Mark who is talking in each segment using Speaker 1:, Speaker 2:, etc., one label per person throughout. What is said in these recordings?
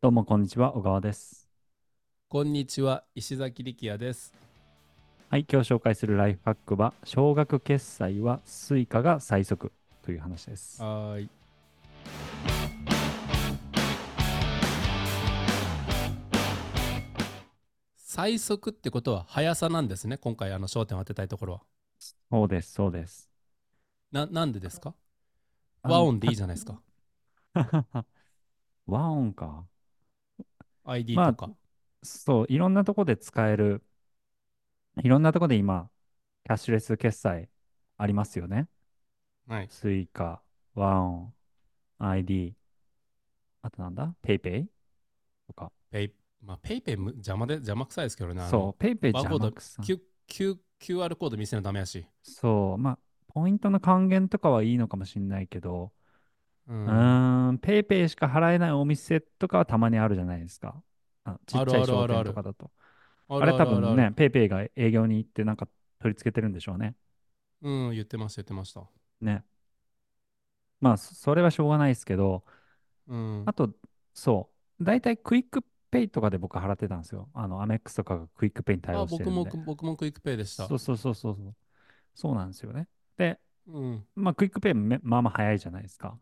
Speaker 1: どうもこんにちは、小川です。
Speaker 2: こんにちは、石崎力也です。
Speaker 1: はい、今日紹介するライフハックは、少額決済は Suica が最速という話です。
Speaker 2: はーい。最速ってことは速さなんですね。今回あの焦点を当てたいところは。
Speaker 1: そうです、そうです。
Speaker 2: な、なんでですか 和音でいいじゃないですか。
Speaker 1: か。和音か。
Speaker 2: ID
Speaker 1: まあ
Speaker 2: とか。
Speaker 1: そう、いろんなとこで使える、いろんなとこで今、キャッシュレス決済ありますよね。
Speaker 2: はい。
Speaker 1: Suica、和音、ID、あとなんだ ?PayPay とか。
Speaker 2: ペイ、まあ、ペイペイむ邪魔で、邪魔くさいですけどね。あの
Speaker 1: そう、PayPay
Speaker 2: バーコ
Speaker 1: 邪
Speaker 2: ード
Speaker 1: 魔くさい
Speaker 2: Q、Q、QR コード見せなダメやし。
Speaker 1: そう、まあ、ポイントの還元とかはいいのかもしれないけど、
Speaker 2: う。
Speaker 1: うんーん、ペイペイしか払えないお店とかはたまにあるじゃないですか。あ、ちっ
Speaker 2: あ
Speaker 1: ちゃ
Speaker 2: る
Speaker 1: い
Speaker 2: ある
Speaker 1: 商
Speaker 2: ある
Speaker 1: 店
Speaker 2: あ
Speaker 1: と
Speaker 2: る
Speaker 1: かだと。
Speaker 2: あ
Speaker 1: あれ多
Speaker 2: る
Speaker 1: 分
Speaker 2: ある
Speaker 1: ね、ペイペイが営業に行ってなんか取り付けてるんでしょうね。
Speaker 2: うん、言ってました、言ってました。
Speaker 1: ね。まあ、そそれはしょうがないですけど、
Speaker 2: うん
Speaker 1: あ。と、そう、大体クイックペイとかで僕払ってたんですよ。あの、アメックスとかがクイックペイに対
Speaker 2: あ、
Speaker 1: 応して
Speaker 2: 僕
Speaker 1: るん
Speaker 2: も
Speaker 1: で。
Speaker 2: く、僕もクイックペイでした
Speaker 1: そ。うそうそうそうそう。そうなんですよね。で、
Speaker 2: うん。
Speaker 1: まあ、クイックペイめまあまあ早いじゃないですか。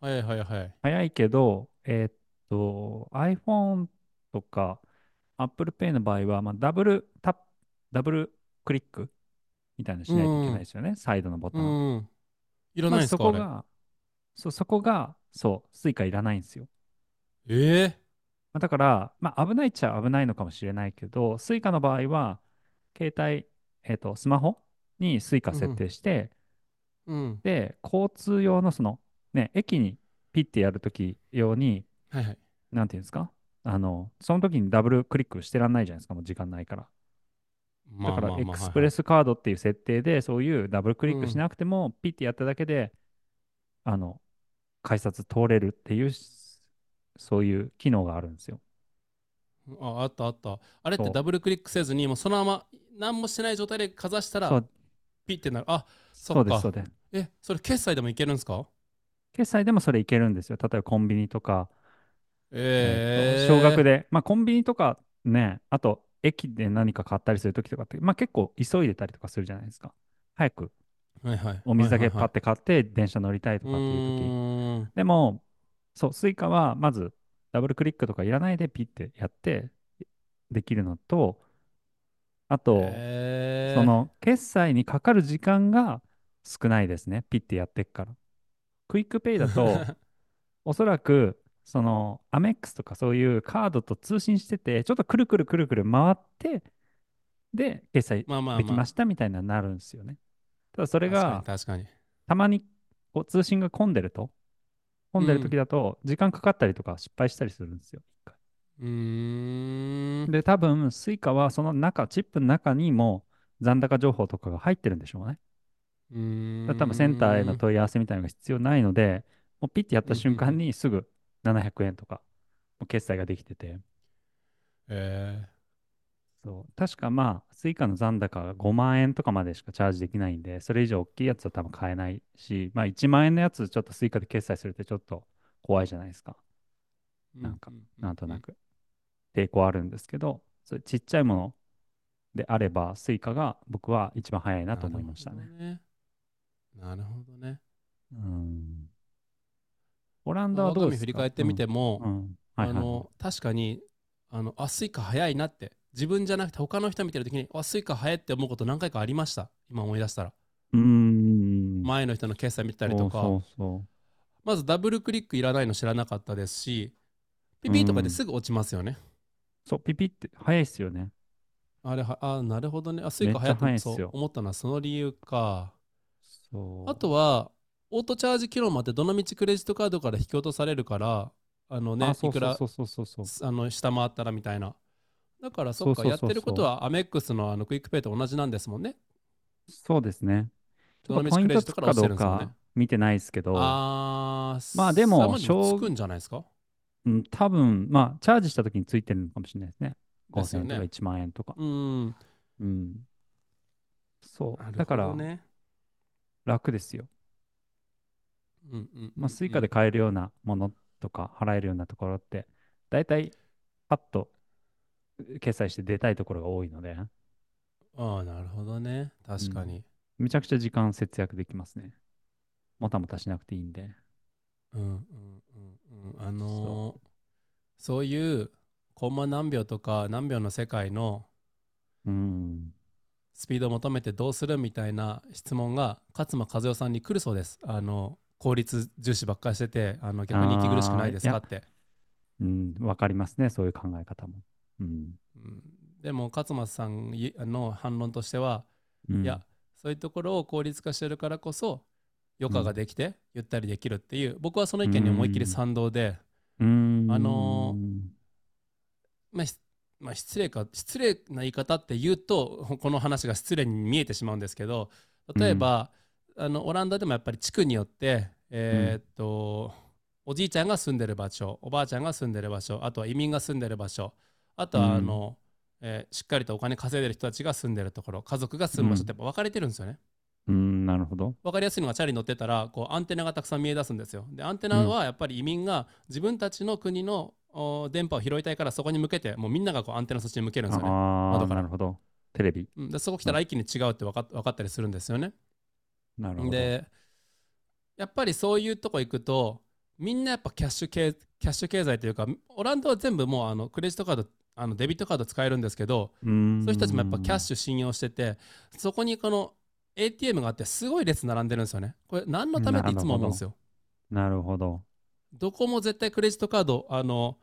Speaker 2: はいはいはい。
Speaker 1: 早いけど、えーっと、iPhone とか Apple Pay の場合は、まあ、ダブルタップ、ダブルクリックみたいなのしないといけないですよね、サイドのボタ
Speaker 2: う
Speaker 1: ン。
Speaker 2: ん。いら
Speaker 1: ま
Speaker 2: な
Speaker 1: あ、
Speaker 2: いんです
Speaker 1: そ
Speaker 2: か、
Speaker 1: こ
Speaker 2: あれ。
Speaker 1: が、そう、そこが、そう、スイカいらないんですよ。
Speaker 2: ええ
Speaker 1: まあ、だから、まあ、危ないっちゃ危ないのかもしれないけど、スイカの場合は、携帯、えーっと、スマホにスイカ
Speaker 2: うんう
Speaker 1: 設
Speaker 2: ん
Speaker 1: 定して、
Speaker 2: うん。
Speaker 1: で、交通用のその、ね、駅にピッてやるとき用に、
Speaker 2: はいはい。
Speaker 1: なんていうんですかあの、その時にダブルクリックしてらんないじゃないですか、もう時間ないから。だ
Speaker 2: ま
Speaker 1: か
Speaker 2: あ
Speaker 1: ら、
Speaker 2: まあ
Speaker 1: エク
Speaker 2: まあ、
Speaker 1: ス
Speaker 2: は
Speaker 1: プ
Speaker 2: いは
Speaker 1: レ
Speaker 2: い。
Speaker 1: スカードっていう設定で、そういうダブルクリック
Speaker 2: う
Speaker 1: し
Speaker 2: ん。
Speaker 1: なくても、ピッてやっただけで、あの、改札通れるっていうし、そういう機能があるんですよ。
Speaker 2: あ、あったあった。あれって
Speaker 1: そ
Speaker 2: ダブルクリックせずに、もうそのまま何もしてない状態でかざした
Speaker 1: う、そ
Speaker 2: ら、
Speaker 1: う、
Speaker 2: ピッてなる。あ、そ
Speaker 1: そう
Speaker 2: っ
Speaker 1: です、そ
Speaker 2: か。
Speaker 1: うです。
Speaker 2: え、それ決済でもいけるんですか
Speaker 1: 決済でもそれいけるんですよ。例えばコンビニとか、えっと、少額
Speaker 2: ええ
Speaker 1: で、まあコンビニとかね、あと駅で何か買ったりするときとかって、まあ結構急いでたりとかするじゃないですか。早く
Speaker 2: はいはい。
Speaker 1: お
Speaker 2: は
Speaker 1: 水
Speaker 2: い
Speaker 1: だ
Speaker 2: はい
Speaker 1: け
Speaker 2: は
Speaker 1: パッ
Speaker 2: い。
Speaker 1: て買って電車乗りたいと
Speaker 2: う
Speaker 1: かっていう時
Speaker 2: ーん。
Speaker 1: でも、そう、スイカはまずダブルクリックとかいらないでピッてやってできるのと、あと、そ
Speaker 2: ええ
Speaker 1: の決済にかかる時間が少ないですね。ピッてやってっから。クイックペイだ と、おそらく、そのアメックスとかそういうカードと通信してて、ちょっとくるくるくるくる回って、で、決済
Speaker 2: まあまあ
Speaker 1: できま
Speaker 2: ま
Speaker 1: したみたいなのになるんですよね。ただそ
Speaker 2: あ。
Speaker 1: れ
Speaker 2: 確か
Speaker 1: が、
Speaker 2: に確かに。
Speaker 1: たまにこう通信が混んでると、混
Speaker 2: うん
Speaker 1: でる時
Speaker 2: ん。
Speaker 1: だと、時間かかったりとか失敗したりするんですよ。一回
Speaker 2: うーん。
Speaker 1: で、多分、スイカはその中、チップの中にも残高情報とかが入ってるんでしょうね。
Speaker 2: うー
Speaker 1: だから多分、センターへの
Speaker 2: ん。
Speaker 1: 問い合わせみたいなのが必要ないので、もうピッてやっ
Speaker 2: う
Speaker 1: た
Speaker 2: ん、
Speaker 1: 瞬
Speaker 2: うん、う
Speaker 1: 間
Speaker 2: ん。
Speaker 1: にすぐ700円とか、もう決済ができてて、
Speaker 2: ええ
Speaker 1: そう、確かまあ、スイカの残高が5万円とかまでしかチャージできないんで、それ以上大きいやつは多分買えないし、まあ、1万円のやつ、ちょっとスイカで決済するってちょっと怖いじゃないですか。
Speaker 2: う
Speaker 1: なん
Speaker 2: ん
Speaker 1: か、
Speaker 2: うんう
Speaker 1: なん
Speaker 2: ん
Speaker 1: と
Speaker 2: う
Speaker 1: なんく。抵抗あるんですけど、そういうちっちゃいものであれば、スイカが僕は一番早いなと思
Speaker 2: なる
Speaker 1: いま
Speaker 2: ほ
Speaker 1: した
Speaker 2: ど
Speaker 1: ね。
Speaker 2: ね。なるほどね。
Speaker 1: うんオラン
Speaker 2: まあ、
Speaker 1: ダは
Speaker 2: 我
Speaker 1: ど
Speaker 2: が
Speaker 1: うで
Speaker 2: 身振
Speaker 1: す
Speaker 2: り
Speaker 1: か
Speaker 2: 返って
Speaker 1: う
Speaker 2: み
Speaker 1: ん。
Speaker 2: ても、
Speaker 1: うん。はいはい
Speaker 2: あ
Speaker 1: は
Speaker 2: の、確かに、あの、あ、スイカ早いなって、自分じゃなくて他の人見てるときに、あ、スイカ早いって思うこと何回かありました。今思い出したら。
Speaker 1: い。うーん。
Speaker 2: 前の人の決済見てたりと
Speaker 1: そう
Speaker 2: か、
Speaker 1: そうそ
Speaker 2: まずダブルクリックいらないの知らなかったですし、ピ
Speaker 1: う。う
Speaker 2: ピとかで
Speaker 1: ん。
Speaker 2: すぐ落ちますよね。
Speaker 1: そう、ピピって早いっすよね。
Speaker 2: あれは、あ、なるほどね。あ、スイ
Speaker 1: めっ
Speaker 2: カ
Speaker 1: ち
Speaker 2: 早
Speaker 1: ゃ
Speaker 2: いと
Speaker 1: 早いっす
Speaker 2: そう
Speaker 1: よ。
Speaker 2: 思ったのはその理由か。あ
Speaker 1: そ
Speaker 2: と
Speaker 1: う。
Speaker 2: は、オートチャージ機能もあって、どのみちクレジットカードから引き落とされるから、あの
Speaker 1: あ、
Speaker 2: ね、
Speaker 1: そ
Speaker 2: いう
Speaker 1: そ
Speaker 2: く
Speaker 1: う
Speaker 2: ら
Speaker 1: そうそうそうそう。
Speaker 2: すあの下回ったらみたいな。だからそ
Speaker 1: そ
Speaker 2: っ
Speaker 1: う
Speaker 2: か、
Speaker 1: そう
Speaker 2: やっ
Speaker 1: そう
Speaker 2: てるこ
Speaker 1: そ
Speaker 2: とはアメックスのあのクイックペイと同じなんですもんね。
Speaker 1: う。そうですね。ちょっ
Speaker 2: ど
Speaker 1: と
Speaker 2: のみ
Speaker 1: ポ
Speaker 2: ち
Speaker 1: イン
Speaker 2: クレ
Speaker 1: ト
Speaker 2: ジッ
Speaker 1: つく
Speaker 2: トから
Speaker 1: か
Speaker 2: 落
Speaker 1: ど
Speaker 2: ちて
Speaker 1: う
Speaker 2: るんですもんね。
Speaker 1: か見てないですけど、
Speaker 2: あー、
Speaker 1: まあで
Speaker 2: さ
Speaker 1: も、
Speaker 2: まにもつ
Speaker 1: 小
Speaker 2: くんじゃないですか
Speaker 1: うん、多分、まあ、チャージしたときについてるのかもしれないですね。
Speaker 2: です
Speaker 1: 5000
Speaker 2: よ
Speaker 1: 円とか
Speaker 2: ね。
Speaker 1: 1万円とか。
Speaker 2: うーん、
Speaker 1: うん。そう。
Speaker 2: なる
Speaker 1: だか
Speaker 2: ほど
Speaker 1: ら、
Speaker 2: ね。
Speaker 1: 楽ですよ。
Speaker 2: うんうんう
Speaker 1: まあ、
Speaker 2: ん
Speaker 1: スイ
Speaker 2: う
Speaker 1: カで
Speaker 2: ん。
Speaker 1: 買えるようなものとか、払えるようなところって、大体、パッと決済して出たいところが多いので、
Speaker 2: ああ、なるほどね。確かに。
Speaker 1: めちゃくちゃ時間節約できますね。もたもたしなくていいんで。
Speaker 2: うんうんうんうん。あのーそういうコンマ何秒とか何秒の世界の
Speaker 1: うん。
Speaker 2: スピードを求めてどうするみたいな質問が勝間和代さんに来るそうです。あの効率重視ばっかりしててあの逆に息苦しくないですかって。
Speaker 1: うん、わかりますね、そういう考え方も。うん。
Speaker 2: うんでも勝間さんいの反論としては、
Speaker 1: うん
Speaker 2: いや、そういうところを効率化してるからこそ余暇ができてゆったりできるっていう、僕はその意見に思いっきり賛同で、
Speaker 1: うーん。
Speaker 2: あのまあひまあ、失礼か失礼な言い方って言うと ほこの話が失礼に見えてしまうんですけど例えば、あのオランダでもやっぱり地区によって、えーっとおじいちゃんが住んでる場所おばあちゃんが住んでる場所あとは移民が住んでる場所あと
Speaker 1: うん
Speaker 2: はあの、えーしっかりとお金稼いでる人たちが住んでるところ家族が住む場所ってやっぱ分かれてるんですよね。
Speaker 1: うん、なるほど。
Speaker 2: 分かりやすいのがチャリに乗ってたらこうアンテナがたくさん見え出すんですよでアンテナはやっぱり移民が自分たちの国のお電波を拾いたいからそこに向けてもうみんながこうアンテナそっちに向けるんですよね、
Speaker 1: あ
Speaker 2: 窓
Speaker 1: あ、
Speaker 2: か
Speaker 1: な
Speaker 2: ら
Speaker 1: るほど。テレビ。
Speaker 2: うん、でそこ来たら一気に違うって分かっ分かったりするんですよね
Speaker 1: なるほど。
Speaker 2: でやっぱりそういうとこ行くとみんなやっぱキャッシュ経キャッシュ経済というかオランダは全部もうあのクレジットカードあのデビットカード使えるんですけど
Speaker 1: うーん、
Speaker 2: そういう人たちもやっぱキャッシュ信用しててそこにこの ATM があってすごい列並んでるんですよねこれ何のためっていつも思うんですよ
Speaker 1: なるほど。
Speaker 2: どこも絶対クレジットカードあの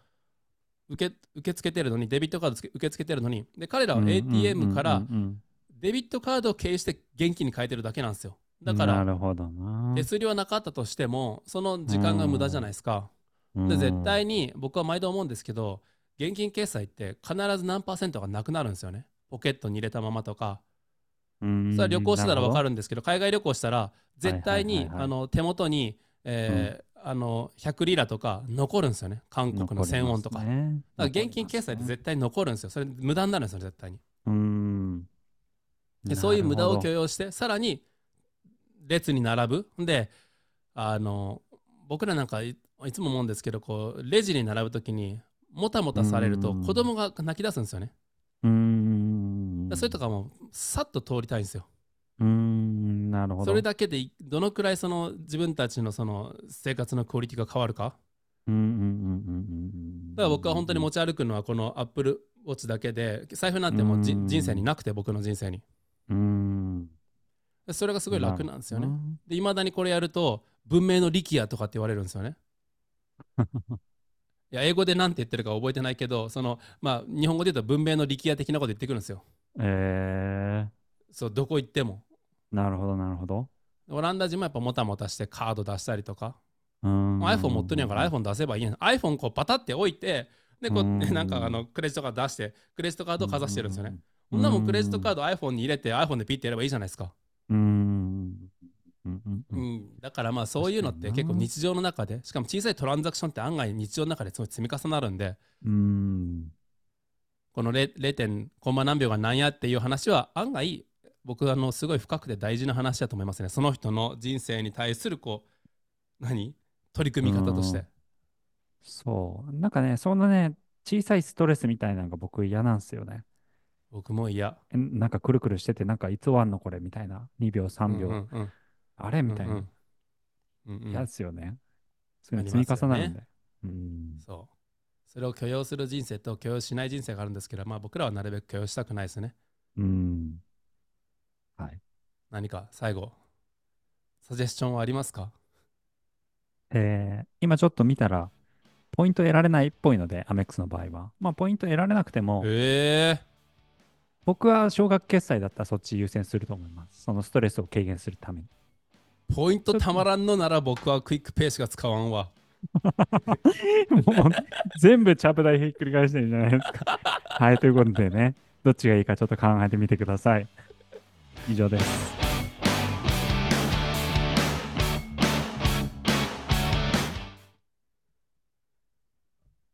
Speaker 2: 受け受け付けてるのにデビットカードつけ受け付けてるのにで彼ら
Speaker 1: うんうん
Speaker 2: は
Speaker 1: うんうんうん
Speaker 2: ATM からデビットカードを経由して現金に変えてるだけなんですよだか
Speaker 1: な
Speaker 2: ら
Speaker 1: るほどな。
Speaker 2: 手数料はなかったとしてもその時間が無駄じゃないですかで
Speaker 1: うん
Speaker 2: 絶対に僕は毎度思うんですけど現金決済って必ず何パーセントがなくなるんですよねポケットに入れたままとかそれは旅行してたら分か
Speaker 1: る
Speaker 2: るんですけど海外旅行したら絶対
Speaker 1: はい
Speaker 2: に
Speaker 1: はいはいはい
Speaker 2: あの手元に、えーあの100リラとか残るんですよね韓
Speaker 1: ほど。
Speaker 2: 国の1000ウォンとか,、
Speaker 1: 残りますね
Speaker 2: だから現金決済って絶対残るんですよそれ無駄になるんですよ絶対に
Speaker 1: うーん。
Speaker 2: でそういう無駄を許
Speaker 1: 容。
Speaker 2: 容してさらに列に並ぶであの僕らなんかいいつも思うんですけどこうレジに並ぶときにもたもたされると
Speaker 1: うん
Speaker 2: 子供が泣き出すんですよね
Speaker 1: うーん
Speaker 2: だから。そういうとかもさっと通りたいんですよ
Speaker 1: うーん、なるほど。
Speaker 2: それだけでいどのくらいその自分たちのその生活のクオリティが変わるか
Speaker 1: うんうんうんうんうんうん。
Speaker 2: だから僕は本当に持ち歩くのはこの Apple Watch だけで財布なんてもうじ
Speaker 1: うん
Speaker 2: 人生になくて僕の人生に
Speaker 1: うーん。
Speaker 2: それがす
Speaker 1: す
Speaker 2: ごい楽なんですよね。でいまだにこれやると文明の力也とかって言われるんで すよねいや英語で何て言ってるか覚えてないけどそのまあ日本語で言うと文明の力也的なこと言ってくるんですよ
Speaker 1: え
Speaker 2: そうどこ行っても
Speaker 1: ー、なるほど、なるほど。
Speaker 2: オランダ人もやっぱもたもたしてカード出したりとか
Speaker 1: うーん。
Speaker 2: iPhone 持ってるんやから iPhone 出せばいいやん。iPhone こうパタって置いて、で、こう、
Speaker 1: うん
Speaker 2: なんかあのクレジットカード出して、クレジットカードをかざしてるんですよね。。
Speaker 1: う
Speaker 2: こ
Speaker 1: ん
Speaker 2: んなもんクレジットカード iPhone に入れて iPhone でピッてやればいいじゃないですか。
Speaker 1: うーん。うんうんう
Speaker 2: うんん。だからまあそういうのって
Speaker 1: 確かにな
Speaker 2: 結構日常の中で、しかも小さいトランザクションって案外日常の中ですごい積み重なるんで、
Speaker 1: うーん。
Speaker 2: この 0. 0. 点コンマ何秒が何やっていう話は案外僕あのすごい深くて大事な話だと思いますね。その人の人生に対するこう、何取り組み方として。
Speaker 1: そう。なんかね、そんなね、小さいストレスみたいなのが僕嫌なんですよね。
Speaker 2: 僕も嫌。
Speaker 1: えなんかくるくるしてて、なんかいつ終わんのこれみたいな。2秒、3
Speaker 2: うんう
Speaker 1: 秒、
Speaker 2: んうん
Speaker 1: あれみたい
Speaker 2: うん
Speaker 1: な。
Speaker 2: うんうんうん
Speaker 1: 嫌ですよね。そういうの
Speaker 2: あ
Speaker 1: 積
Speaker 2: り
Speaker 1: み
Speaker 2: ます
Speaker 1: 重
Speaker 2: よね
Speaker 1: なるんで。うん。
Speaker 2: そう。それを許容する人生と許容しない人生があるんですけど、まあ僕らはなるべく許容したくないですね。
Speaker 1: うん。はい。
Speaker 2: 何か最後、サジェスチョンはありますか
Speaker 1: えー今ちょっと見たら、ポイント得られないっぽいので、アメックスの場合は。まあ、ポイント得られなくても、
Speaker 2: え
Speaker 1: 僕は少額決済だったらそっち優先すると思います。そのストレスを軽減するために。
Speaker 2: ー、ポイントたまらんのなら僕はクイックペースが使わんわ。
Speaker 1: もう全部チャプ台ひっくり返してるんじゃないですか。はい、ということでね、どっちがいいかちょっと考えてみてください。以上です。